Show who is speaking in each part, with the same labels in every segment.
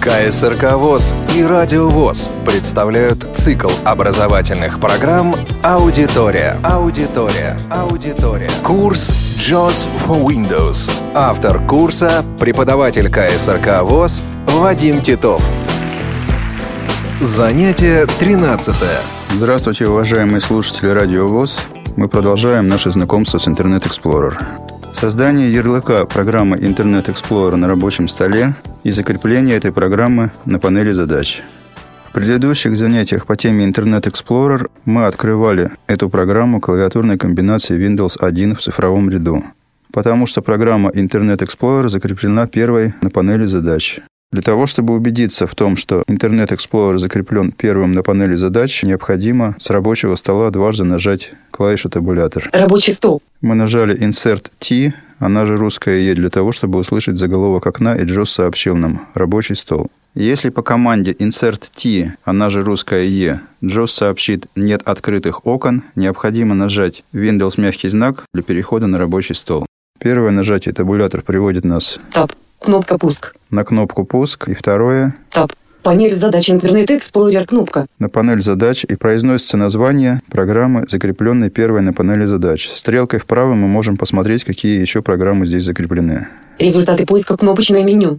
Speaker 1: КСРК ВОЗ и Радио ВОЗ представляют цикл образовательных программ «Аудитория». Аудитория. Аудитория. Курс «JOS for Windows». Автор курса – преподаватель КСРК ВОЗ Вадим Титов. Занятие 13.
Speaker 2: Здравствуйте, уважаемые слушатели Радио ВОЗ. Мы продолжаем наше знакомство с Internet Explorer. Создание ярлыка программы Internet Explorer на рабочем столе и закрепление этой программы на панели задач. В предыдущих занятиях по теме Internet Explorer мы открывали эту программу клавиатурной комбинации Windows 1 в цифровом ряду, потому что программа Internet Explorer закреплена первой на панели задач. Для того, чтобы убедиться в том, что Internet Explorer закреплен первым на панели задач, необходимо с рабочего стола дважды нажать клавишу табулятор.
Speaker 3: Рабочий стол.
Speaker 2: Мы нажали Insert T, она же русская E, для того, чтобы услышать заголовок окна, и Джос сообщил нам «рабочий стол». Если по команде Insert T, она же русская E, Джос сообщит «нет открытых окон», необходимо нажать Windows мягкий знак для перехода на рабочий стол. Первое нажатие табулятор приводит нас
Speaker 3: Таб. Кнопка пуск.
Speaker 2: на кнопку «Пуск», и второе
Speaker 3: Таб. Панель задач Интернет Explorer. Кнопка.
Speaker 2: на панель задач и произносится название программы, закрепленной первой на панели задач. Стрелкой вправо мы можем посмотреть, какие еще программы здесь закреплены.
Speaker 3: Результаты поиска кнопочное меню.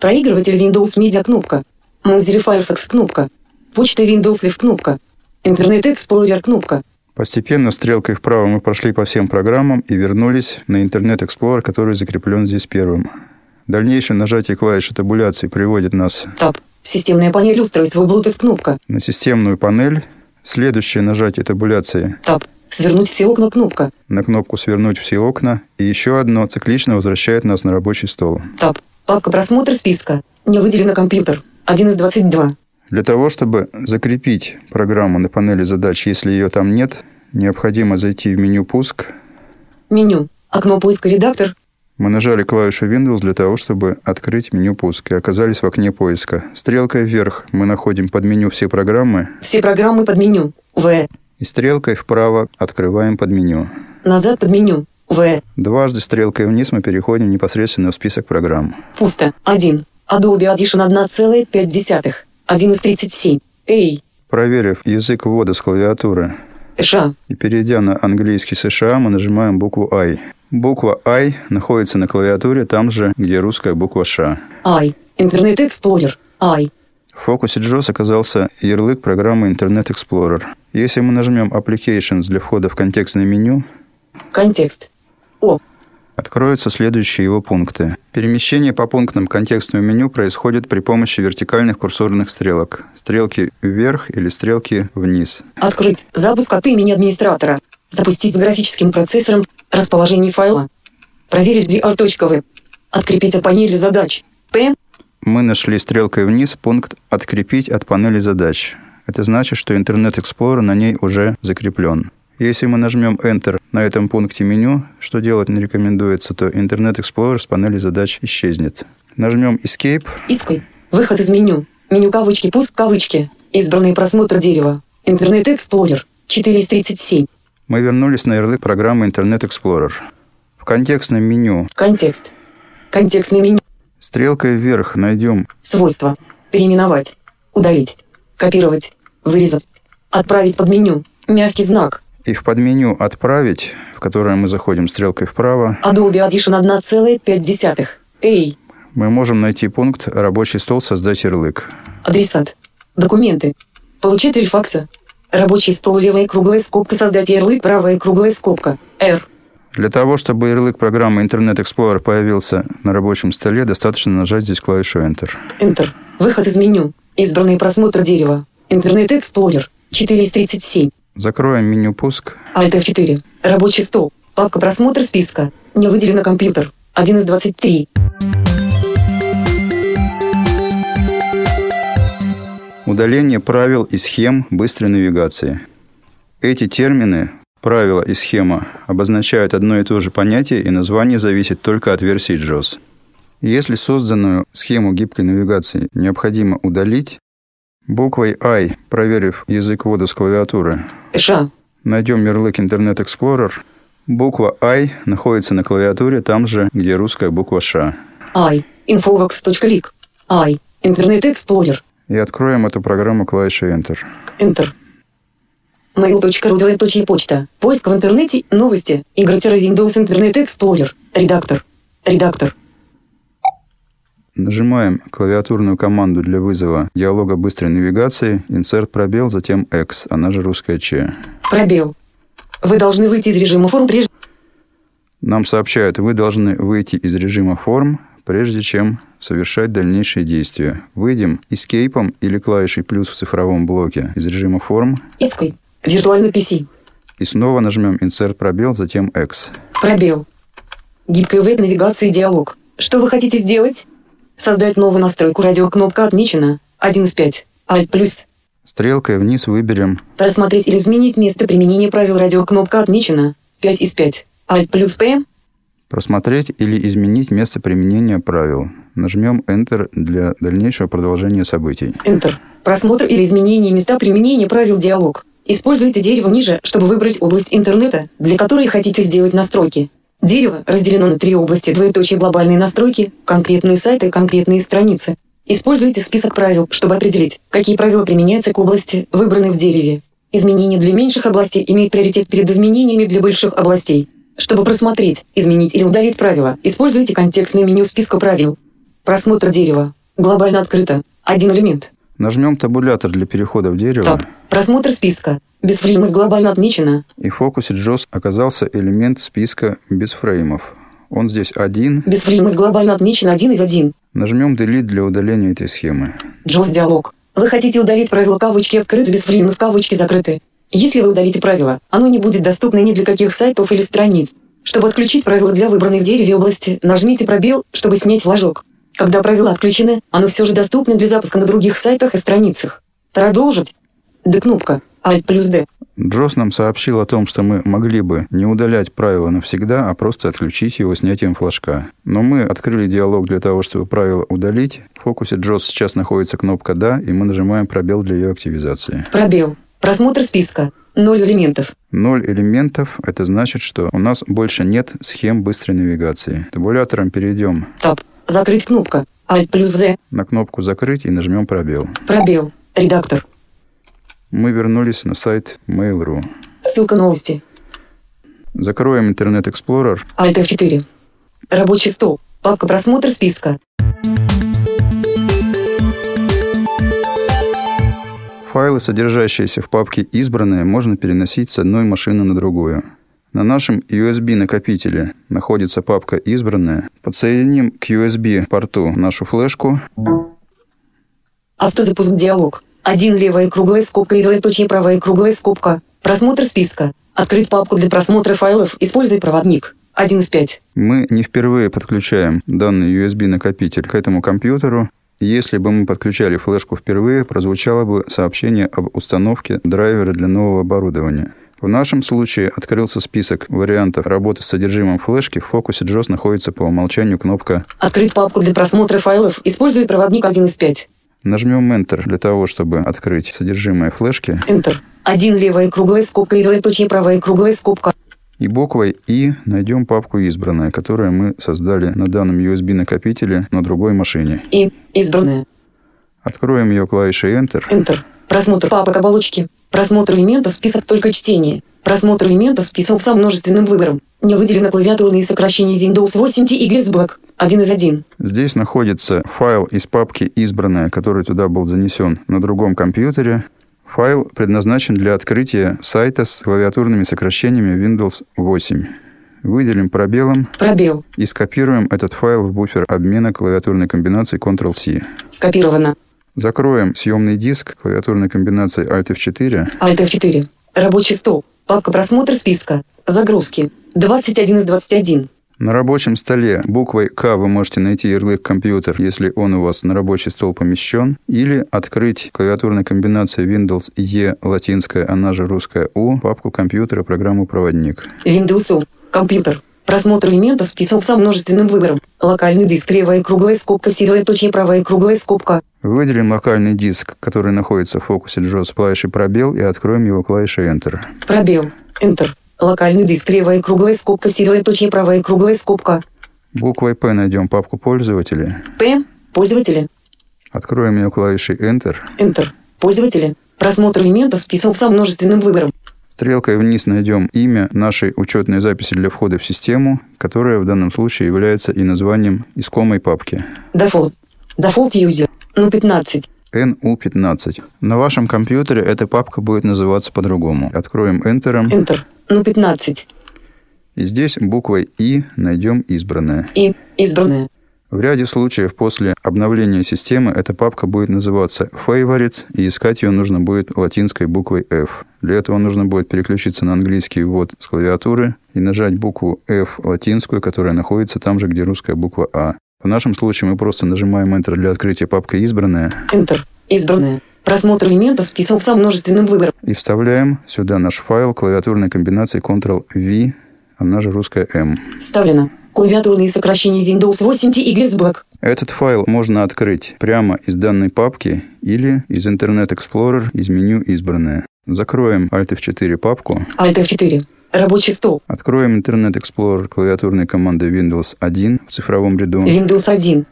Speaker 3: Проигрыватель Windows Media. Кнопка. Mozilla Firefox. Кнопка. Почта Windows Live. Кнопка. Интернет Explorer. Кнопка.
Speaker 2: Постепенно стрелкой вправо мы прошли по всем программам и вернулись на Internet Explorer, который закреплен здесь первым. Дальнейшее нажатие клавиши табуляции приводит нас
Speaker 3: Таб. Системная панель устройства Bluetooth. Кнопка.
Speaker 2: на системную панель. Следующее нажатие табуляции
Speaker 3: Таб. Свернуть все окна. Кнопка.
Speaker 2: на кнопку «Свернуть все окна» и еще одно циклично возвращает нас на рабочий стол.
Speaker 3: Таб. Папка просмотр списка. Не выделено компьютер. 1 из 22.
Speaker 2: Для того, чтобы закрепить программу на панели задач, если ее там нет, необходимо зайти в меню «Пуск».
Speaker 3: Меню. Окно поиска редактор.
Speaker 2: Мы нажали клавишу Windows для того, чтобы открыть меню «Пуск» и оказались в окне поиска. Стрелкой вверх мы находим под меню «Все программы»
Speaker 3: Все программы под меню. В.
Speaker 2: и стрелкой вправо открываем под меню.
Speaker 3: Назад под меню. В.
Speaker 2: Дважды стрелкой вниз мы переходим непосредственно в список программ.
Speaker 3: Пусто. 1. Adobe Audition 1,5. 1 из 37. Эй.
Speaker 2: Проверив язык ввода с клавиатуры
Speaker 3: Ша.
Speaker 2: И перейдя на английский США, мы нажимаем букву I. Буква I находится на клавиатуре там же, где русская буква Ш.
Speaker 3: Ай. Интернет Explorer. Ай.
Speaker 2: В фокусе JOS оказался ярлык программы Internet Explorer. Если мы нажмем Applications для входа в контекстное меню,
Speaker 3: Контекст. О.
Speaker 2: откроются следующие его пункты. Перемещение по пунктам контекстного меню происходит при помощи вертикальных курсорных стрелок. Стрелки вверх или стрелки вниз.
Speaker 3: Открыть. Запуск от имени администратора. Запустить с графическим процессором. Расположение файла. Проверить dr.web. Открепить от панели задач. П.
Speaker 2: мы нашли стрелкой вниз пункт «Открепить от панели задач». Это значит, что Internet Explorer на ней уже закреплен. Если мы нажмем Enter на этом пункте меню, что делать не рекомендуется, то Internet Explorer с панели задач исчезнет. Нажмем Escape,
Speaker 3: Иской. Выход из меню. Меню кавычки. Пуск кавычки. Избранный просмотр дерева. Интернет Explorer. 4 из 37.
Speaker 2: мы вернулись на ярлык программы Internet Explorer. В контекстном меню
Speaker 3: Контекст. Контекстное меню.
Speaker 2: стрелкой вверх найдем
Speaker 3: Свойства. Переименовать. Удалить. Копировать. Вырезать. Отправить под меню. Мягкий знак.
Speaker 2: и в подменю «Отправить», в которое мы заходим стрелкой вправо,
Speaker 3: Adobe Audition 1,5. Эй.
Speaker 2: мы можем найти пункт «Рабочий стол. Создать ярлык».
Speaker 3: Адресат. Документы. Получатель факса. Рабочий стол левая круглая скобка. Создать ярлык правая круглая скобка. R.
Speaker 2: Для того, чтобы ярлык программы Internet Explorer появился на рабочем столе, достаточно нажать здесь клавишу Enter.
Speaker 3: Enter. Выход из меню. Избранный просмотр дерева. Интернет Explorer. 4 из 37.
Speaker 2: Закроем меню «Пуск».
Speaker 3: Alt F4. Рабочий стол. Папка просмотр списка. Не выделено компьютер. 1 из 23.
Speaker 2: Удаление правил и схем быстрой навигации. Эти термины «правила» и «схема» обозначают одно и то же понятие, и название зависит только от версии JOS. Если созданную схему гибкой навигации необходимо удалить, буквой I, проверив язык ввода с клавиатуры,
Speaker 3: Ша.
Speaker 2: Найдем ярлык Internet Explorer. Буква I находится на клавиатуре там же, где русская буква Ш.
Speaker 3: Ай. Infovox.lik. Ай. Интернет Explorer.
Speaker 2: И откроем эту программу клавишей Enter.
Speaker 3: Enter. mail.ru двоеточие почта. Поиск в интернете, новости, игры-Windows Internet Explorer. Редактор. Редактор.
Speaker 2: Нажимаем клавиатурную команду для вызова диалога быстрой навигации, инсерт пробел, затем X, она же русская Ч.
Speaker 3: Пробел. Вы должны выйти из режима форм прежде...
Speaker 2: Нам сообщают, вы должны выйти из режима форм, прежде чем совершать дальнейшие действия. Выйдем эскейпом или клавишей плюс в цифровом блоке из режима форм
Speaker 3: Иской. Виртуальный PC.
Speaker 2: и снова нажмем инсерт пробел, затем X.
Speaker 3: Пробел. Гибкая веб-навигация и диалог. Что вы хотите сделать? Создать новую настройку. Радиокнопка отмечена. 1 из 5. Alt плюс.
Speaker 2: Стрелкой вниз выберем
Speaker 3: Рассмотреть или изменить место применения правил радиокнопка отмечена. 5 из 5. Alt плюс P.
Speaker 2: «Просмотреть или изменить место применения правил». Нажмем Enter для дальнейшего продолжения событий.
Speaker 3: Enter. Просмотр или изменение места применения правил диалог. Используйте дерево ниже, чтобы выбрать область интернета, для которой хотите сделать настройки. Дерево разделено на три области двоеточие глобальные настройки, конкретные сайты, конкретные страницы. Используйте список правил, чтобы определить, какие правила применяются к области, выбранной в дереве. Изменения для меньших областей имеют приоритет перед изменениями для больших областей. Чтобы просмотреть, изменить или удалить правила, используйте контекстное меню списка правил. Просмотр дерева. Глобально открыто. Один элемент.
Speaker 2: Нажмем табулятор для перехода в дерево.
Speaker 3: Таб. Просмотр списка. Без фреймов глобально отмечено.
Speaker 2: И в фокусе JOS оказался элемент списка без фреймов. Он здесь один.
Speaker 3: Без фреймов глобально отмечен один из один.
Speaker 2: Нажмем Delete для удаления этой схемы.
Speaker 3: Джоз диалог. Вы хотите удалить правило кавычки открыты без фреймов кавычки закрыты. Если вы удалите правило, оно не будет доступно ни для каких сайтов или страниц. Чтобы отключить правило для выбранной в дереве области, нажмите пробел, чтобы снять флажок. Когда правила отключены, оно все же доступно для запуска на других сайтах и страницах. Продолжить. Д кнопка. Alt плюс D.
Speaker 2: Джос нам сообщил о том, что мы могли бы не удалять правило навсегда, а просто отключить его снятием флажка. Но мы открыли диалог для того, чтобы правило удалить. В фокусе Джос сейчас находится кнопка «Да», и мы нажимаем пробел для ее активизации.
Speaker 3: Пробел. Просмотр списка. Ноль элементов.
Speaker 2: Ноль элементов – это значит, что у нас больше нет схем быстрой навигации. Табулятором перейдем
Speaker 3: Таб. Закрыть кнопка. Alt плюс Z.
Speaker 2: на кнопку «Закрыть» и нажмем «Пробел».
Speaker 3: Пробел. Редактор.
Speaker 2: Мы вернулись на сайт Mail.ru.
Speaker 3: Ссылка новости.
Speaker 2: Закроем Internet Explorer.
Speaker 3: Alt F4. Рабочий стол. Папка просмотр списка.
Speaker 2: Файлы, содержащиеся в папке «Избранные», можно переносить с одной машины на другую. На нашем USB-накопителе находится папка «Избранные». Подсоединим к USB-порту нашу флешку.
Speaker 3: Автозапуск диалог. Один левая круглая скобка и двоеточие правая круглая скобка. Просмотр списка. Открыть папку для просмотра файлов. Используй проводник. 1 из 5.
Speaker 2: Мы не впервые подключаем данный USB-накопитель к этому компьютеру. Если бы мы подключали флешку впервые, прозвучало бы сообщение об установке драйвера для нового оборудования. В нашем случае открылся список вариантов работы с содержимым флешки. В фокусе JOS находится по умолчанию кнопка
Speaker 3: Открыть папку для просмотра файлов. Используй проводник 1 из 5.
Speaker 2: Нажмем Enter для того, чтобы открыть содержимое флешки.
Speaker 3: Enter. Один левая круглая скобка и двоеточие правая круглая скобка.
Speaker 2: И буквой «И» найдем папку «Избранная», которую мы создали на данном USB-накопителе на другой машине.
Speaker 3: И избранное.
Speaker 2: Откроем ее клавишей Enter.
Speaker 3: Enter. Просмотр папок оболочки. Просмотр элементов список только чтение. Просмотр элементов список со множественным выбором. Не выделено клавиатурные сокращения Windows 8 и Gears Black. 1 из 1.
Speaker 2: Здесь находится файл из папки «Избранная», который туда был занесен на другом компьютере. Файл предназначен для открытия сайта с клавиатурными сокращениями Windows 8. Выделим пробелом
Speaker 3: Пробел.
Speaker 2: и скопируем этот файл в буфер обмена клавиатурной комбинацией Ctrl-C.
Speaker 3: Скопировано.
Speaker 2: Закроем съемный диск клавиатурной комбинацией Alt F4.
Speaker 3: Alt F4. Рабочий стол. Папка просмотр списка. Загрузки. 21 из 21.
Speaker 2: На рабочем столе буквой «К» вы можете найти ярлык «Компьютер», если он у вас на рабочий стол помещен, или открыть клавиатурной комбинацией Windows E латинская, она же русская У, папку компьютера программу «Проводник».
Speaker 3: Windows. U. Компьютер. Просмотр элементов список со множественным выбором. Локальный диск левая круглая скобка силовая точнее правая круглая скобка.
Speaker 2: Выделим локальный диск, который находится в фокусе JOS клавишей «Пробел» и откроем его клавишей Enter.
Speaker 3: Пробел. Enter. Локальный диск левая круглая скобка силовая точнее правая круглая скобка.
Speaker 2: Буквой «П» найдем папку пользователей.
Speaker 3: П. Пользователи.
Speaker 2: Откроем ее клавишей Enter.
Speaker 3: Enter. Пользователи. Просмотр элементов список со множественным выбором.
Speaker 2: Стрелкой вниз найдем имя нашей учетной записи для входа в систему, которая в данном случае является и названием искомой папки.
Speaker 3: Дефолт. Дефолт юзер. Ну 15.
Speaker 2: NU15. На вашем компьютере эта папка будет называться по-другому. Откроем Enter.
Speaker 3: Enter. Ну 15.
Speaker 2: И здесь буквой И найдем избранное.
Speaker 3: И избранное.
Speaker 2: В ряде случаев после обновления системы эта папка будет называться Favorites, и искать ее нужно будет латинской буквой F. Для этого нужно будет переключиться на английский ввод с клавиатуры и нажать букву F латинскую, которая находится там же, где русская буква А. В нашем случае мы просто нажимаем Enter для открытия папка «Избранная»
Speaker 3: Enter. Избранное. Просмотр элементов список со множественным выбором.
Speaker 2: и вставляем сюда наш файл клавиатурной комбинации Ctrl-V, она же русская «М».
Speaker 3: Вставлено. Клавиатурные сокращения Windows 8 TY Black.
Speaker 2: Этот файл можно открыть прямо из данной папки или из Internet Explorer из меню «Избранное». Закроем Alt F4 папку,
Speaker 3: Alt F4. Рабочий стол.
Speaker 2: откроем Internet Explorer клавиатурной команды Windows 1 в цифровом ряду,
Speaker 3: Windows 1.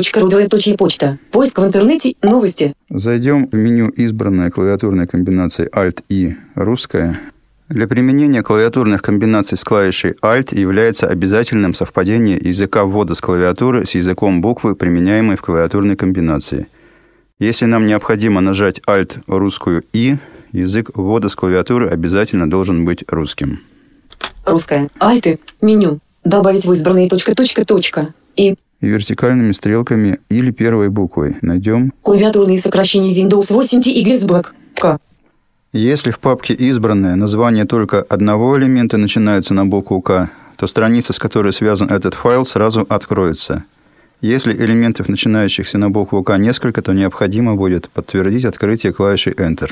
Speaker 3: Mail.ru почта. Поиск в интернете. Новости.
Speaker 2: зайдем в меню «Избранная» клавиатурной комбинации Alt и «Русская». Для применения клавиатурных комбинаций с клавишей Alt является обязательным совпадение языка ввода с клавиатуры с языком буквы, применяемой в клавиатурной комбинации. Если нам необходимо нажать Alt русскую И, язык ввода с клавиатуры обязательно должен быть русским.
Speaker 3: Русская. Альты. Меню. Добавить в избранные точка точка точка. И
Speaker 2: И вертикальными стрелками или первой буквой найдем.
Speaker 3: клавиатурные сокращения Windows 8 TY Black. К.
Speaker 2: Если в папке «Избранное» название только одного элемента начинается на букву «К», то страница, с которой связан этот файл, сразу откроется. Если элементов, начинающихся на букву «К» несколько, то необходимо будет подтвердить открытие клавиши Enter.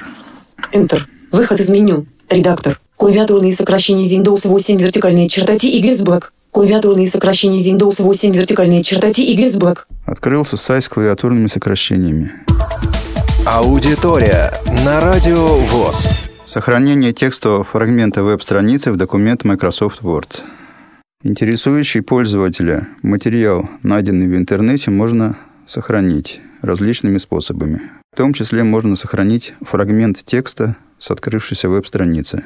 Speaker 3: Enter. Выход из меню. Редактор. Клавиатурные сокращения Windows 8 вертикальные черта TY Black. Клавиатурные сокращения Windows 8 вертикальные черта TY Black.
Speaker 2: Открылся сайт с клавиатурными сокращениями.
Speaker 1: Аудитория на Радио ВОЗ.
Speaker 2: Сохранение текстового фрагмента веб-страницы в документ Microsoft Word. Интересующий пользователя материал, найденный в интернете, можно сохранить различными способами. В том числе можно сохранить фрагмент текста с открывшейся веб-страницы.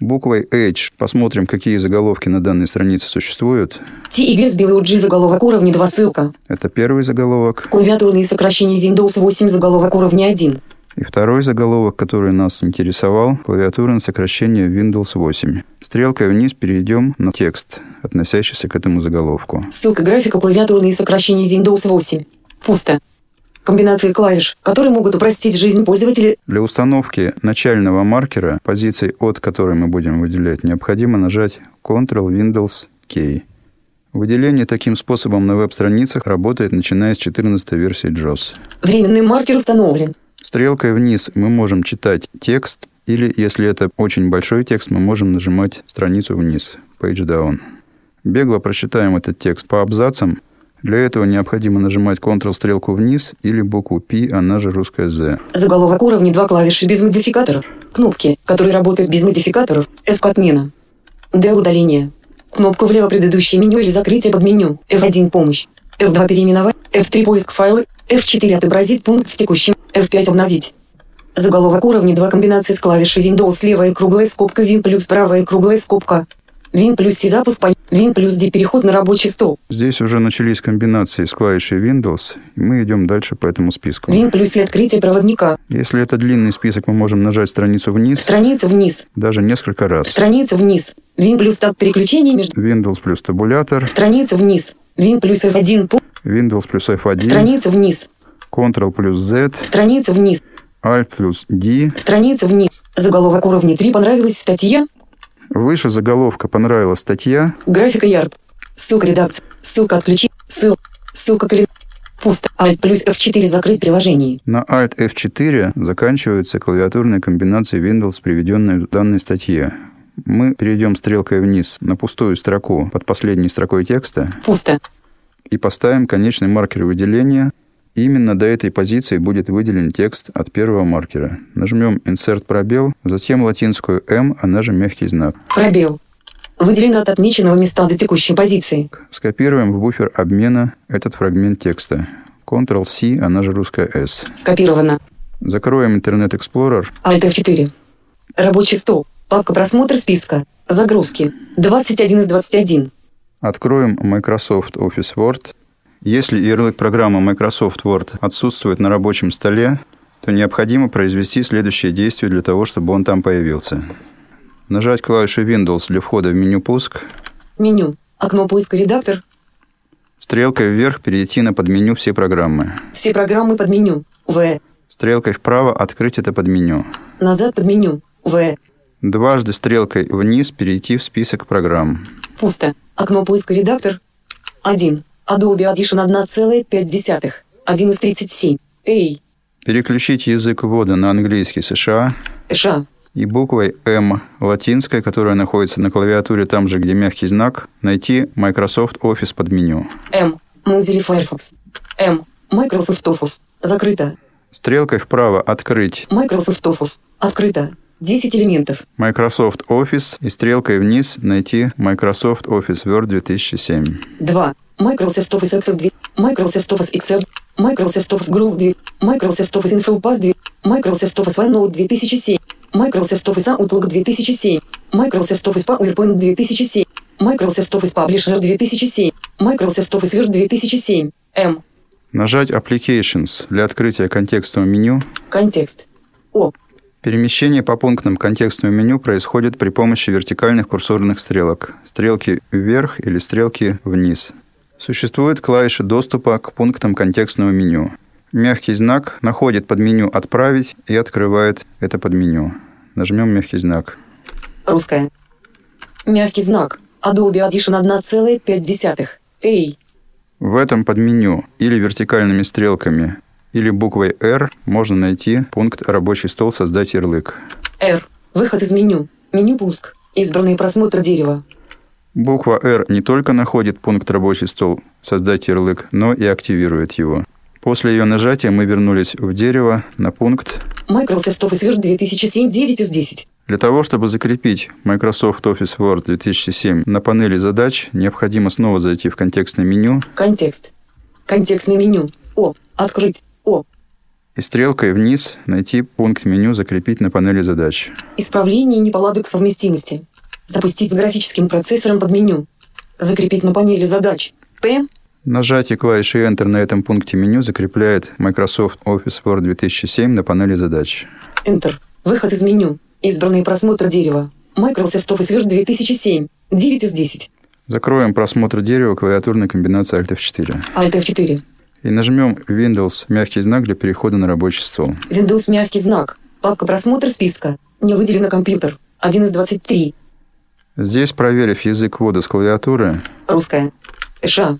Speaker 2: Буквой H посмотрим, какие заголовки на данной странице существуют.
Speaker 3: TY с белой UG заголовок уровня 2 ссылка.
Speaker 2: Это первый заголовок.
Speaker 3: Клавиатурные сокращения Windows 8 заголовок уровня 1.
Speaker 2: И второй заголовок, который нас интересовал, клавиатура на сокращение Windows 8. Стрелкой вниз перейдем на текст, относящийся к этому заголовку.
Speaker 3: Ссылка графика клавиатурные сокращения Windows 8. Пусто. Комбинации клавиш, которые могут упростить жизнь пользователя.
Speaker 2: Для установки начального маркера, позиции от которой мы будем выделять, необходимо нажать Ctrl Windows K. Выделение таким способом на веб-страницах работает начиная с 14 версии JOS.
Speaker 3: Временный маркер установлен.
Speaker 2: Стрелкой вниз мы можем читать текст, или если это очень большой текст, мы можем нажимать страницу вниз, page down. Бегло прочитаем этот текст по абзацам. Для этого необходимо нажимать Ctrl стрелку вниз или букву P, она же русская Z.
Speaker 3: Заголовок уровня 2 клавиши без модификаторов. Кнопки, которые работают без модификаторов. S к отмена. D удаление. Кнопка влево предыдущее меню или закрытие под меню. F1 помощь. F2 переименовать. F3 поиск файла. F4 отобразить пункт в текущем. F5 обновить. Заголовок уровня 2 комбинации с клавишей Windows левая круглая скобка Win плюс правая круглая скобка. Win плюс и запуск по Win плюс D переход на рабочий стол.
Speaker 2: Здесь уже начались комбинации с клавишей Windows, и мы идем дальше по этому списку.
Speaker 3: Win плюс и открытие проводника.
Speaker 2: Если это длинный список, мы можем нажать страницу вниз
Speaker 3: Страница вниз.
Speaker 2: даже несколько раз.
Speaker 3: Страница вниз. Win плюс таб переключение между
Speaker 2: Windows плюс табулятор,
Speaker 3: Страница вниз. Вин плюс F1. пу-
Speaker 2: Windows плюс F1,
Speaker 3: Страница вниз.
Speaker 2: Ctrl плюс Z,
Speaker 3: Страница вниз.
Speaker 2: Alt плюс D,
Speaker 3: Страница вниз. Заголовок уровня 3 понравилась статья.
Speaker 2: Выше заголовка понравилась статья.
Speaker 3: Графика ярд. Ссылка редакции. Ссылка отключи. Ссыл. Ссылка к ре- Пусто. Alt плюс F4 закрыть приложение.
Speaker 2: На Alt F4 заканчивается клавиатурная комбинация Windows, приведенная в данной статье. Мы перейдем стрелкой вниз на пустую строку под последней строкой текста
Speaker 3: Пусто.
Speaker 2: и поставим конечный маркер выделения. Именно до этой позиции будет выделен текст от первого маркера. Нажмем «Insert пробел», затем латинскую «М», она же мягкий знак.
Speaker 3: Пробел. Выделено от отмеченного места до текущей позиции.
Speaker 2: Скопируем в буфер обмена этот фрагмент текста. Ctrl-C, она же русская S.
Speaker 3: Скопировано.
Speaker 2: Закроем Internet Explorer.
Speaker 3: Alt F4. Рабочий стол. Папка просмотр списка. Загрузки. 21 из 21.
Speaker 2: Откроем Microsoft Office Word. Если ярлык программы Microsoft Word отсутствует на рабочем столе, то необходимо произвести следующее действие для того, чтобы он там появился. Нажать клавишу Windows для входа в меню «Пуск»,
Speaker 3: Меню. Окно поиска редактор.
Speaker 2: стрелкой вверх перейти на подменю «Все программы»,
Speaker 3: Все программы под меню. В.
Speaker 2: стрелкой вправо открыть это подменю,
Speaker 3: Назад под меню. В.
Speaker 2: дважды стрелкой вниз перейти в список программ,
Speaker 3: Пусто. Окно поиска редактор. 1. Adobe Audition 1,5. 1 из 37. Эй.
Speaker 2: переключить язык ввода на английский США
Speaker 3: Ша.
Speaker 2: и буквой «М» латинской, которая находится на клавиатуре там же, где мягкий знак, найти Microsoft Office подменю.
Speaker 3: М. Mozilla Firefox. М. Microsoft Office. Закрыто.
Speaker 2: Стрелкой вправо открыть
Speaker 3: Microsoft Office. Открыто. 10 элементов.
Speaker 2: Microsoft Office и стрелкой вниз найти Microsoft Office Word 2007.
Speaker 3: 2. Microsoft Office Access 2. Microsoft Office Excel. Microsoft Office Groove 2. Microsoft Office InfoPass 2. Microsoft Office OneNote 2007. Microsoft Office Outlook 2007. Microsoft Office PowerPoint 2007. Microsoft Office Publisher 2007. Microsoft Office Word 2007. М.
Speaker 2: Нажать Applications для открытия контекстного меню.
Speaker 3: Контекст. О.
Speaker 2: Перемещение по пунктам контекстного меню происходит при помощи вертикальных курсорных стрелок. Стрелки вверх или стрелки вниз. Существует клавиша доступа к пунктам контекстного меню. Мягкий знак находит подменю «Отправить» и открывает это подменю. Нажмем мягкий знак.
Speaker 3: Русская. Мягкий знак. Adobe Audition 1,5. Эй.
Speaker 2: В этом подменю или вертикальными стрелками, или буквой R можно найти пункт «Рабочий стол. Создать ярлык».
Speaker 3: Р. Выход из меню. Меню пуск. Избранный просмотр дерева.
Speaker 2: Буква R не только находит пункт «Рабочий стол. Создать ярлык», но и активирует его. После ее нажатия мы вернулись в дерево на пункт.
Speaker 3: Microsoft Office Word 2007 9 из 10.
Speaker 2: Для того, чтобы закрепить Microsoft Office Word 2007 на панели задач, необходимо снова зайти в контекстное меню
Speaker 3: Контекст. Контекстное меню. О. Открыть. О.
Speaker 2: и стрелкой вниз найти пункт меню «Закрепить на панели задач».
Speaker 3: Исправление неполадок совместимости. Запустить с графическим процессором под меню. Закрепить на панели задач. П.
Speaker 2: Нажатие клавиши Enter на этом пункте меню закрепляет Microsoft Office Word 2007 на панели задач.
Speaker 3: Enter. Выход из меню. Избранный просмотр дерева. Microsoft Office Word 2007 9 из 10.
Speaker 2: Закроем просмотр дерева клавиатурной комбинации Alt F4.
Speaker 3: Alt F4.
Speaker 2: И нажмем Windows мягкий знак для перехода на рабочий стол.
Speaker 3: Windows мягкий знак. Папка просмотр списка. Не выделено компьютер. 1 из 23.
Speaker 2: Здесь, проверив язык ввода с клавиатуры,
Speaker 3: Русская. А. США.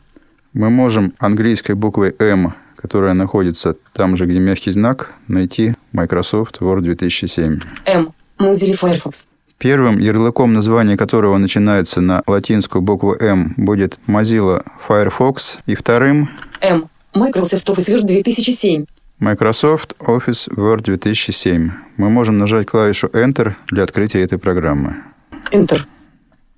Speaker 2: мы можем английской буквой M, которая находится там же, где мягкий знак, найти Microsoft Word 2007.
Speaker 3: М. Mozilla Firefox.
Speaker 2: Первым ярлыком, название которого начинается на латинскую букву М, будет Mozilla Firefox. И вторым
Speaker 3: М. Microsoft Office Word 2007.
Speaker 2: Microsoft Office Word 2007. Мы можем нажать клавишу Enter для открытия этой программы.
Speaker 3: Enter.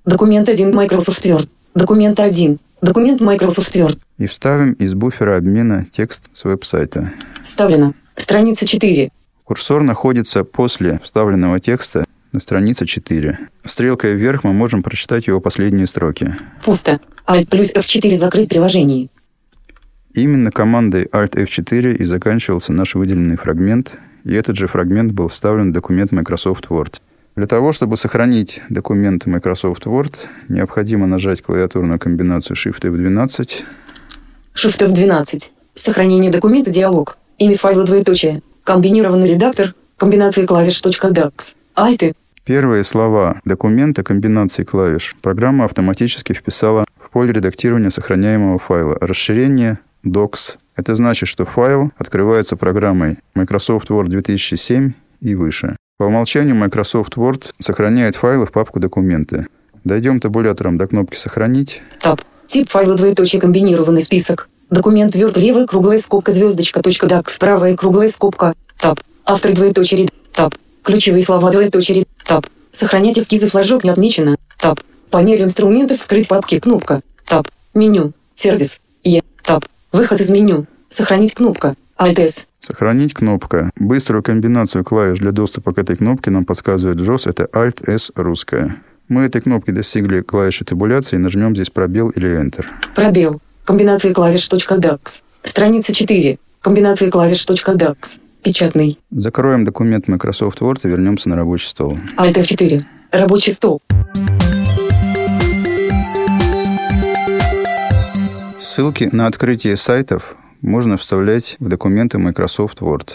Speaker 3: Документ 1 Microsoft Word. Документ 1. Документ Microsoft Word.
Speaker 2: И вставим из буфера обмена текст с веб-сайта.
Speaker 3: Вставлено. Страница 4.
Speaker 2: Курсор находится после вставленного текста на странице 4. Стрелкой вверх мы можем прочитать его последние строки.
Speaker 3: Пусто. Alt плюс F4 закрыть приложение.
Speaker 2: Именно командой Alt F4 и заканчивался наш выделенный фрагмент, и этот же фрагмент был вставлен в документ Microsoft Word. Для того, чтобы сохранить документ Microsoft Word, необходимо нажать клавиатурную комбинацию Shift F12,
Speaker 3: Shift F12. Сохранение документа диалог. Имя файла двоеточие. Комбинированный редактор. Комбинации клавиш .dax. Альты.
Speaker 2: Первые слова документа комбинации клавиш программа автоматически вписала в поле редактирования сохраняемого файла расширение docs. Это значит, что файл открывается программой Microsoft Word 2007 и выше. По умолчанию Microsoft Word сохраняет файлы в папку «Документы». Дойдем табулятором до кнопки «Сохранить».
Speaker 3: Таб. Тип файла двоеточие комбинированный список. Документ Word левая круглая скобка звездочка точка дакс правая круглая скобка. Таб. Автор двоеточие ред. Таб. Ключевые слова двоеточие ред. Таб. Сохранять эскизы флажок не отмечено. Таб. Панель инструментов вскрыть папки кнопка. Таб. Меню. Сервис. Е. Таб. Выход из меню. «Сохранить кнопка», «Alt-S»,
Speaker 2: Сохранить кнопка. Быструю комбинацию клавиш для доступа к этой кнопке нам подсказывает JOS. Это Alt-S русская. Мы этой кнопки достигли клавиши табуляции. Нажмем здесь пробел или Enter.
Speaker 3: пробел, комбинации клавиш .dax, страница 4, комбинации клавиш .dax, печатный,
Speaker 2: Закроем документ Microsoft Word и вернемся на рабочий стол.
Speaker 3: Alt F4, рабочий стол,
Speaker 2: Ссылки на открытие сайтов можно вставлять в документы Microsoft Word.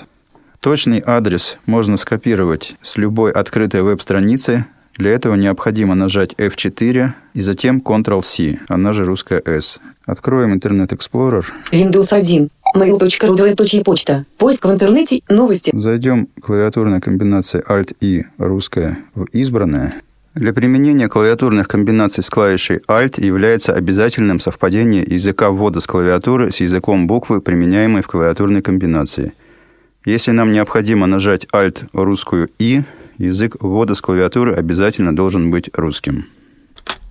Speaker 2: Точный адрес можно скопировать с любой открытой веб-страницы. Для этого необходимо нажать F4 и затем Ctrl-C, она же русская S. Откроем Internet Explorer,
Speaker 3: Windows 1, mail.ru, двоеточие почта, поиск в интернете, новости,
Speaker 2: зайдем клавиатурной комбинации Alt-I, русская, в избранное. Для применения клавиатурных комбинаций с клавишей Alt является обязательным совпадение языка ввода с клавиатуры с языком буквы, применяемой в клавиатурной комбинации. Если нам необходимо нажать Alt русскую И, язык ввода с клавиатуры обязательно должен быть русским.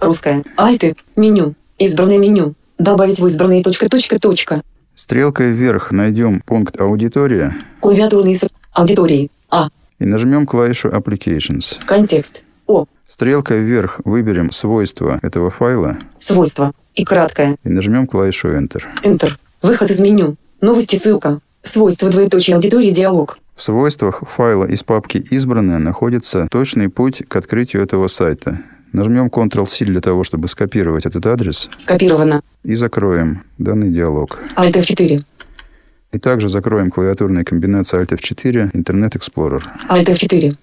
Speaker 3: русская, Альты, меню, избранное меню, добавить в избранные точка, точка, точка,
Speaker 2: Стрелкой вверх найдем пункт «Аудитория»
Speaker 3: клавиатурные со- аудитории, А,
Speaker 2: и нажмем клавишу «Applications».
Speaker 3: контекст, О,
Speaker 2: Стрелкой вверх выберем свойства этого файла
Speaker 3: свойства, и краткое,
Speaker 2: и нажмем клавишу Enter.
Speaker 3: Enter, выход из меню, новости, ссылка, свойства двоеточие аудитории, диалог,
Speaker 2: В свойствах файла из папки «Избранное» находится точный путь к открытию этого сайта. Нажмем Ctrl-C для того, чтобы скопировать этот адрес
Speaker 3: скопировано,
Speaker 2: и закроем данный диалог.
Speaker 3: Alt F4,
Speaker 2: И также закроем клавиатурные комбинации Alt F4 Internet Explorer.
Speaker 3: Alt F4,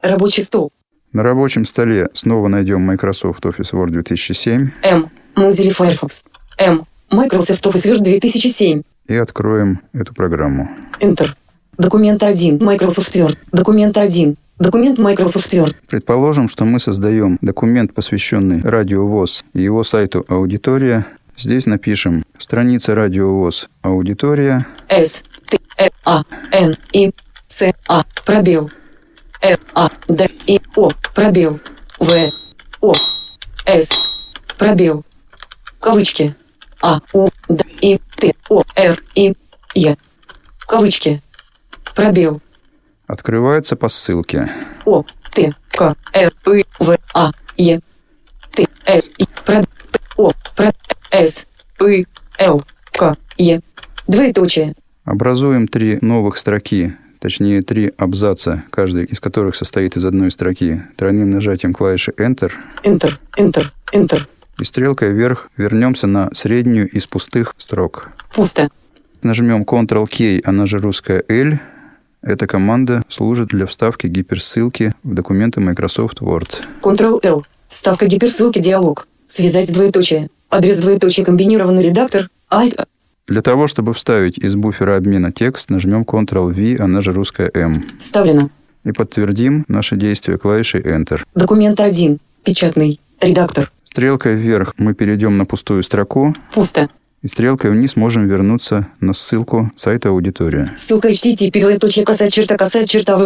Speaker 3: рабочий стол,
Speaker 2: На рабочем столе снова найдем Microsoft Office Word 2007
Speaker 3: М, Mozilla Firefox, М, Microsoft Office Word 2007,
Speaker 2: и откроем эту программу.
Speaker 3: Enter, документ 1, Microsoft Word, документ 1, документ Microsoft Word,
Speaker 2: Предположим, что мы создаем документ, посвященный Радио ВОЗ и его сайту «Аудитория». Здесь напишем «Страница Радио ВОЗ. Аудитория».
Speaker 3: С, Т, Э, А, Н, И, С, А, пробел. Э, А, Д, И, О, пробел. В, О, С, пробел. Кавычки. А, У, Д, И, Т, О, Р, И, Я. Кавычки. Пробел.
Speaker 2: Открывается по ссылке.
Speaker 3: О, Т, К, Р, И, В, А, Е. Т, Р, И, Про, П, О, Про, С, И, Л, К, Е. Двоеточие.
Speaker 2: Образуем три новых строки, точнее три абзаца, каждый из которых состоит из одной строки. Тройным нажатием клавиши Enter
Speaker 3: Enter, Enter, Enter.
Speaker 2: и стрелкой вверх вернемся на среднюю из пустых строк.
Speaker 3: Пусто.
Speaker 2: Нажмем Ctrl-K, она же русская L. Эта команда служит для вставки гиперссылки в документы Microsoft Word.
Speaker 3: Ctrl-L. Вставка гиперссылки диалог. Связать двоеточие. Адрес двоеточие комбинированный редактор. а, Alt.
Speaker 2: Для того, чтобы вставить из буфера обмена текст, нажмем Ctrl-V, она же русская M.
Speaker 3: Вставлено.
Speaker 2: И подтвердим наше действие клавишей Enter.
Speaker 3: Документ 1. Печатный. Редактор.
Speaker 2: Стрелкой вверх мы перейдем на пустую строку,
Speaker 3: Пусто.
Speaker 2: и стрелкой вниз можем вернуться на ссылку сайта аудитория.
Speaker 3: Ссылка http двоеточие косать черта косать черта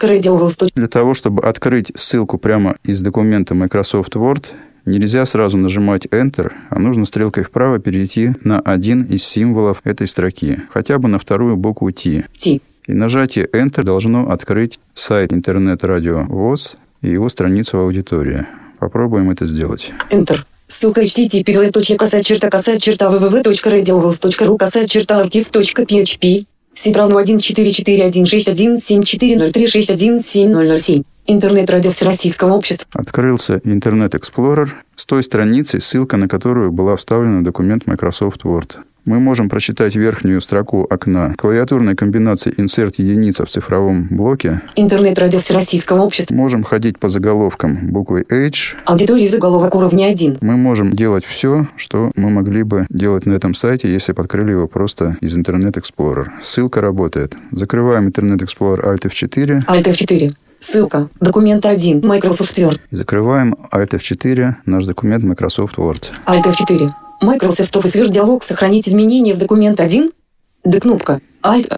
Speaker 3: www.radiovos.
Speaker 2: Для того, чтобы открыть ссылку прямо из документа Microsoft Word, нельзя сразу нажимать Enter, а нужно стрелкой вправо перейти на один из символов этой строки, хотя бы на вторую букву T.
Speaker 3: T.
Speaker 2: И нажатие Enter должно открыть сайт интернет-радио ВОЗ и его страницу аудитория. Попробуем это сделать.
Speaker 3: Enter. Ссылка http двоеточие косать черта косать черта www.radiovos.ru косать черта архив.php. Сид равно 14441617403617007. Интернет-радио Всероссийского общества.
Speaker 2: Открылся Internet Explorer с той страницей, ссылка на которую была вставлена в документ Microsoft Word. Мы можем прочитать верхнюю строку окна клавиатурной комбинации «Инсерт единица» в цифровом блоке.
Speaker 3: Интернет-радио Всероссийского общества.
Speaker 2: Можем ходить по заголовкам буквой H.
Speaker 3: Аудитории заголовок уровня 1.
Speaker 2: Мы можем делать все, что мы могли бы делать на этом сайте, если бы открыли его просто из Internet Explorer. Ссылка работает. Закрываем Internet Explorer Alt F4
Speaker 3: Alt F4. Ссылка. Документ 1. Microsoft Word.
Speaker 2: и закрываем Alt F4 наш документ Microsoft Word.
Speaker 3: Alt F4. Microsoft Office Word диалог «Сохранить изменения в документ 1». Д кнопка. Alt.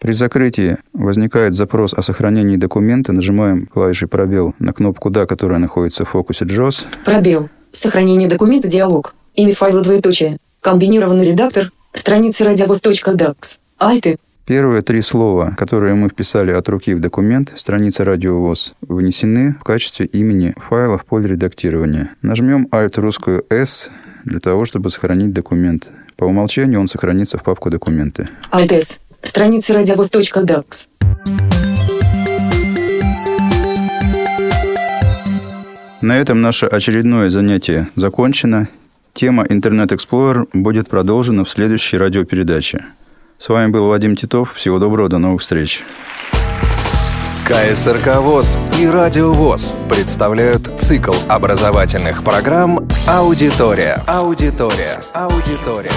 Speaker 2: При закрытии возникает запрос о сохранении документа. Нажимаем клавишей пробел на кнопку «Да», которая находится в фокусе JOS.
Speaker 3: Пробел. Сохранение документа диалог. Имя файла двоеточие. Комбинированный редактор. Страница radiovos.dax. Альты.
Speaker 2: Первые три слова, которые мы вписали от руки в документ, страница радиовоз, внесены в качестве имени файла в поле редактирования. Нажмем Alt русскую S для того, чтобы сохранить документ. По умолчанию он сохранится в папку «Документы».
Speaker 3: Альт С. Страница radiovos.dax.
Speaker 2: На этом наше очередное занятие закончено. Тема «Интернет Explorer будет продолжена в следующей радиопередаче. С вами был Вадим Титов. Всего доброго, до новых встреч.
Speaker 1: КСРК ВОЗ и Радио ВОЗ представляют цикл образовательных программ «Аудитория». Аудитория. Аудитория.